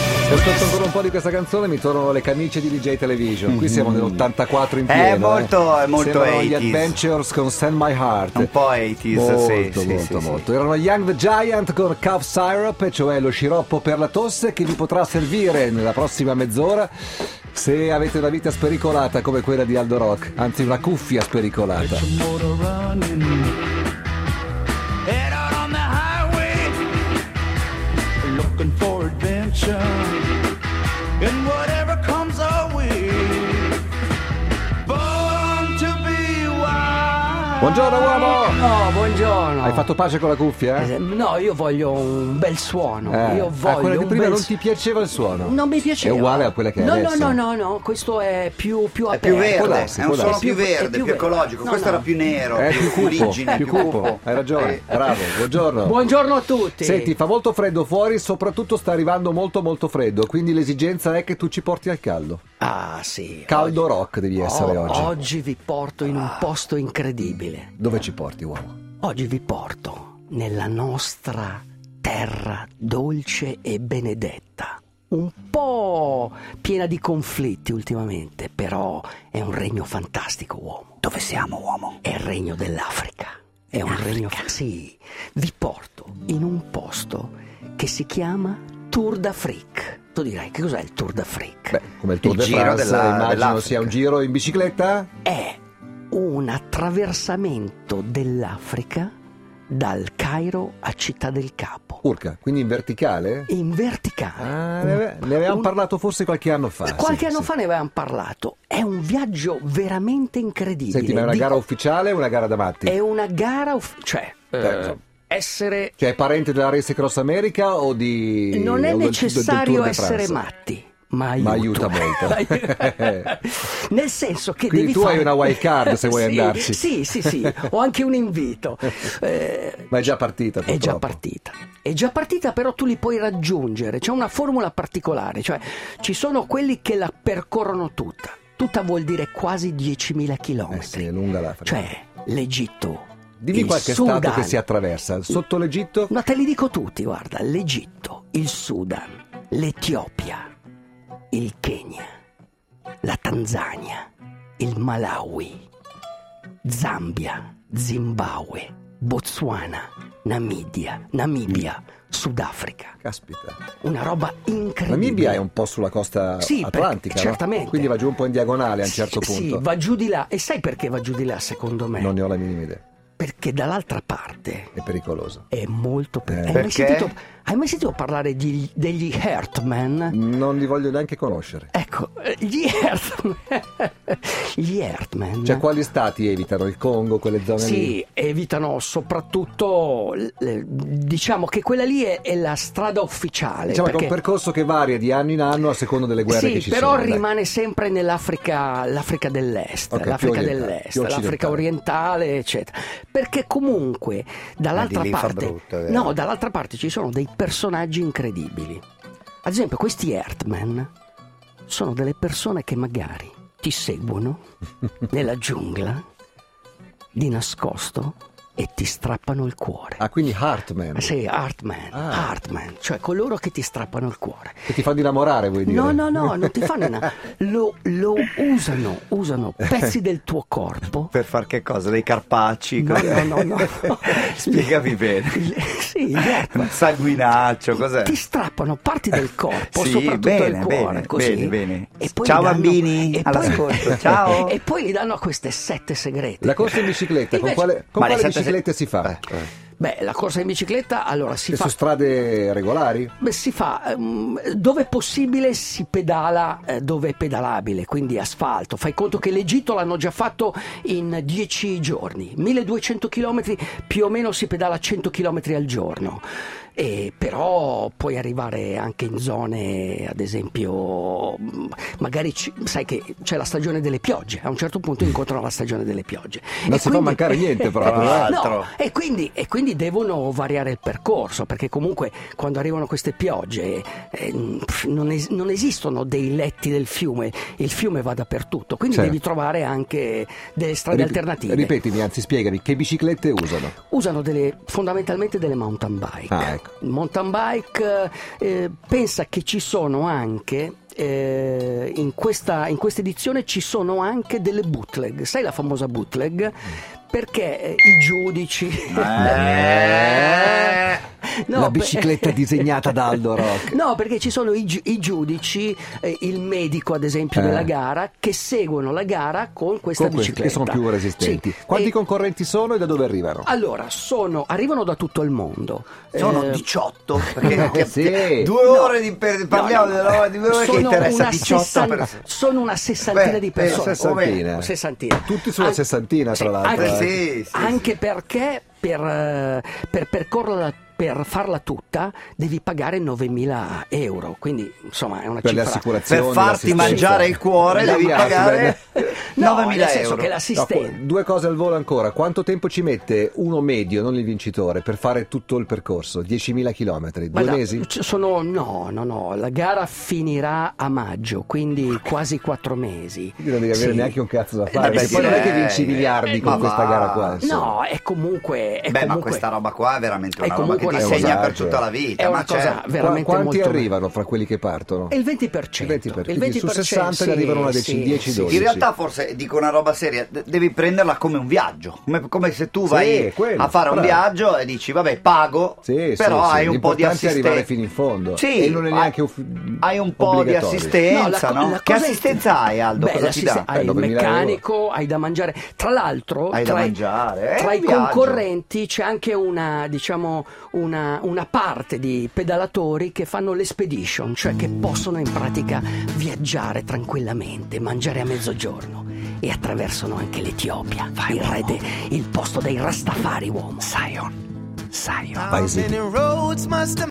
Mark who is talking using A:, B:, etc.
A: Ho tolto ancora un po' di questa canzone mi tornano le camicie di DJ Television. Qui siamo nell'84 in pieno. eh.
B: È Mm-hmm. Eh, molto- è molto
A: Sembrano gli
B: 80s.
A: Adventures con Send My Heart.
B: Un po' 80s,
A: molto,
B: sì,
A: Molto,
B: sì,
A: molto,
B: sì,
A: molto. Erano Young the Giant con Cough Syrup, cioè lo sciroppo per la tosse che vi potrà servire nella prossima mezz'ora se avete una vita spericolata come quella di Aldo Rock. Anzi, una cuffia spericolata.
C: motor running. Head out on the highway, looking for adventure. And whatever comes our way, born to be wild.
A: Buongiorno uomo!
D: No, buongiorno.
A: Hai fatto pace con la cuffia?
D: Eh, No, io voglio un bel suono.
A: Eh.
D: Io
A: Ah,
D: voglio
A: quella di
D: un
A: prima
D: bel
A: non
D: su-
A: ti piaceva il suono?
D: Non mi piaceva.
A: È uguale a quella che è
D: no,
A: adesso.
D: No, no, no, no, questo è più, più
B: È più
D: aperto.
B: verde,
A: Può darsi,
B: è
A: può
B: un suono
A: darsi.
B: più
D: È più- è
B: verde,
D: più
B: più
D: verde.
B: ecologico.
D: No,
B: Questo
D: no.
B: era Eh, più nero,
A: È Eh, più cupo,
B: origine,
A: più cupo, hai ragione,
B: Eh,
A: bravo, buongiorno.
D: Buongiorno a tutti.
A: Senti, fa molto freddo fuori, soprattutto sta arrivando molto molto freddo, quindi l'esigenza è che tu ci porti al caldo.
D: Ah, sì.
A: Caldo rock devi
D: Oh,
A: essere oggi.
D: Oggi vi porto in un posto incredibile.
A: Dove ci porti, uomo?
D: Oggi vi porto nella nostra terra dolce e benedetta. Un po' piena di conflitti ultimamente, però è un regno fantastico, uomo. Dove siamo, uomo? È il regno dell'Africa. È un regno. Sì, vi porto in un posto che si chiama Tour d'Afrique. Tu direi che cos'è il Tour d'Afrique?
A: Beh, come il Tour
B: Il
A: de
B: giro
A: France,
B: della-
A: immagino
B: dell'Africa.
A: sia un giro in bicicletta.
D: è un attraversamento dell'Africa dal Cairo a Città del Capo,
A: Urca, quindi in verticale?
D: in verticale.
A: Ah,
D: Un-
A: ne, ave- ne avevamo
D: un-
A: parlato forse qualche anno fa. sì,
D: Qualche anno
A: sì.
D: fa ne avevamo parlato. È un viaggio veramente incredibile.
A: Senti, ma è una
D: Di- Eh,
A: gara ufficiale o una gara da matti?
D: È una gara, uff- cioè,
A: Eh, insomma.
D: essere
A: Cioè, è parente della Race Cross America o di.
D: non è
A: o del- del- del Tour
D: necessario
A: de
D: essere
A: France?
D: matti. Ma
A: Ma
D: aiuta,
A: aiuta molto.
D: Nel senso che
A: Quindi
D: devi
A: tu hai
D: fare-
A: una wild card se vuoi
D: Sì,
A: andarci.
D: Sì, sì, sì, ho anche un invito. Eh,
A: Ma è già partita.
D: è già
A: purtroppo.
D: partita. È già partita, però tu li puoi raggiungere. C'è una formula particolare, cioè ci sono quelli che la percorrono tutta. Tutta vuol dire quasi 10.000
A: Eh
D: chilometri.
A: sì, è lunga l'Africa.
D: Cioè l'Egitto.
A: Dimmi
D: il
A: qualche
D: Sudan,
A: stato che si attraversa. Sotto l'Egitto?
D: ma te li dico tutti, guarda, l'Egitto, il Sudan, l'Etiopia, il Kenya, la Tanzania, il Malawi, Zambia, Zimbabwe, Botswana, Namidia, Namibia, Sudafrica.
A: Caspita.
D: Una roba incredibile.
A: Namibia è un po' sulla costa
D: Sì, perché-
A: atlantica, no?
D: certamente.
A: Quindi va giù un po' in diagonale a un certo
D: Sì,
A: punto.
D: Sì, va giù di là. E sai perché va giù di là, secondo me?
A: Non ne ho la minima idea.
D: Perché dall'altra parte
A: È pericoloso.
D: è molto... per-
A: Eh.
D: hai, mai
B: Perché?
D: sentito, hai mai sentito parlare di- degli Heartman?
A: Non li voglio neanche conoscere.
D: Ecco, eh, gli Earthman. gli Earthman.
A: Cioè, quali stati evitano? Il Congo, quelle zone lì?
D: Sì, eh, evitano soprattutto, l- l- diciamo che quella lì è, è la strada ufficiale.
A: Diciamo che è
D: perché-
A: un percorso che varia di anno in anno a seconda delle guerre
D: sì,
A: che ci
D: però
A: sono. dai.
D: rimane sempre nell'Africa l'Africa dell'Est,
A: Ok, più
D: l'Africa
A: orientale,
D: dell'Est,
A: più
D: l'Africa orientale, eccetera. Perché comunque dall'altra
B: Ma di lì fa
D: parte
B: brutto,
A: eh.
B: vero?
D: No, dall'altra parte ci sono dei personaggi incredibili. Ad esempio, questi Earthman sono delle persone che magari ti seguono nella giungla di nascosto e ti strappano il cuore.
A: Ah, quindi Hartman.
D: Sì, Heartman,
A: Ah.
D: Heartman, cioè coloro che ti strappano il cuore.
A: Che ti fanno innamorare, vuoi dire?
D: No, no, no, non ti fanno una... Lo, lo usano, usano pezzi del tuo corpo.
B: Per far che cosa? Dei carpacci?
D: No,
B: Cos'è?
D: no, no, no.
B: Spiegami bene.
D: Le- sì, certo.
B: Un sanguinaccio, cos'è?
D: Ti strappano parti del corpo,
B: Sì,
D: soprattutto
B: bene,
D: il cuore.
B: bene,
D: così.
B: bene, bene.
D: E poi
B: Ciao
D: gli danno-
B: bambini,
D: e poi-
B: all'ascolto, ciao.
D: E poi gli danno queste sette segrete.
A: La corsa in bicicletta, con
D: Invece-
A: quale, con
B: Ma le
A: quale
B: sette-
A: biciclette si fa?
B: Eh, eh.
D: Beh, la corsa in bicicletta allora si
A: Che
D: fa
A: su strade regolari?
D: Beh, si fa ehm, dove è possibile si pedala eh, dove è pedalabile, quindi asfalto. Fai conto che l'Egitto l'hanno già fatto in 10 giorni, 1200 km, più o meno si pedala 100 km al giorno. E però puoi arrivare anche in zone, ad esempio, mh, magari ci- sai che c'è la stagione delle piogge, a un certo punto incontrano la stagione delle piogge.
A: Non si fa mancare niente proprio,
B: eh.
D: No, e quindi, e quindi devono variare il percorso, perché comunque quando arrivano queste piogge eh, pff, non, es- non esistono dei letti del fiume, il fiume va dappertutto, quindi
A: Certo.
D: devi trovare anche delle strade
A: Rip-
D: alternative.
A: Ripetimi, anzi, spiegami che biciclette usano.
D: Usano delle- fondamentalmente delle mountain bike.
A: Ah, ecco.
D: mountain bike, eh, pensa che ci sono anche. eh, in, questa, in questa edizione ci sono anche delle bootleg, sai la famosa bootleg? Perché eh, i giudici.
B: Eh.
D: No,
A: La
D: beh-
A: bicicletta disegnata da Aldo Rock.
D: No, perché ci sono i, gi- i giudici, eh, il medico ad esempio
A: Eh.
D: della gara, che seguono la gara con questa
A: Con questi,
D: bicicletta.
A: che sono più resistenti.
D: Sì.
A: Quanti
D: E-
A: concorrenti sono e da dove arrivano?
D: Allora, sono, arrivano da tutto il mondo.
B: Sono
D: Eh,
B: 18 perché,
A: no,
B: che-
A: sì.
B: che- due
D: No.
B: ore di per- parliamo
D: No, no,
B: della roba di due ore che
D: sono
B: interessa
D: una
B: 18
D: sessan-
B: persone.
D: Sono una sessantina
B: Beh,
D: di
B: eh,
D: persone.
A: sessantina.
D: O meno, sessantina.
A: Tutti sulla sessantina, tra
D: sì,
A: l'altro,
D: Anche,
B: eh. Sì, sì,
D: anche perché per, eh, per percorrerla per farla tutta devi pagare 9.000 euro, quindi insomma è una
A: Per le
D: cifra
A: assicurazioni.
B: Per farti
A: l'assistenza.
B: mangiare il cuore
A: La
B: devi
A: via,
B: pagare
A: bene.
D: No,
B: 9.000
D: nel senso
B: euro.
D: che
A: No,
D: l'assistente
A: que- due cose al volo ancora. Quanto tempo ci mette uno medio, non il vincitore, per fare tutto il percorso? 10.000 km, due
D: Guarda,
A: mesi?
D: ci Sono, no, no, no, la gara finirà a maggio, quindi quasi quattro mesi.
A: Quindi non devi avere
D: Sì.
A: neanche un cazzo da
D: Eh,
A: fare.
D: beh,
A: perché
D: sì,
A: poi non è che
D: eh,
A: vinci
B: eh,
A: miliardi
B: ma
A: con questa
B: va.
A: gara qua. insomma.
D: No, è comunque... È
B: Beh, ma
D: comunque-
B: questa roba qua è veramente
D: è
B: una roba che
D: comunque
B: ti
D: una
B: segna
A: cosa-
B: per tutta la vita.
D: È
B: ma
D: una cosa
B: certo.
D: veramente
A: Qua- Quanti
D: molto...
A: arrivano fra quelli che partono?
D: È il 20%.
A: Il 20%,
D: il
A: quindi su
D: 20%,
A: 60 ne
D: sì,
A: arrivano una decina,
D: sì,
A: 10,
D: sì.
A: 12.
B: In realtà forse dico una roba seria, de- devi prenderla come un viaggio, come, come se tu vai
A: quello,
B: a fare un
A: bravo.
B: viaggio e dici vabbè pago,
A: Sì,
B: però
A: sì, sì,
B: hai un po' di
A: l'importante è
B: assistenza.
A: arrivare fino in fondo.
B: Sì,
A: E non è
B: hai-
A: neanche uff-
B: Hai un po' di
A: obbligatorio.
B: assistenza,
D: co-
B: no?
D: la
B: Che
D: cosa è-
B: assistenza hai Aldo?
D: Beh,
B: Cosa ti
D: l'assisten-
B: dà?
A: Eh,
D: Hai il
A: 9.000 euro.
D: meccanico, hai da mangiare. Tra l'altro,
B: Hai da
D: tra, i-
B: mangiare, eh,
D: tra i
B: viaggio.
D: concorrenti c'è anche una, diciamo, una, una parte di pedalatori che fanno l'expedition, cioè
B: Mm.
D: che possono in pratica viaggiare tranquillamente, mangiare a mezzogiorno. E attraversano anche l'Etiopia, il, re de- il posto dei Rastafari, uomo. Sion. Sion.
A: Paesi
E: Many roads must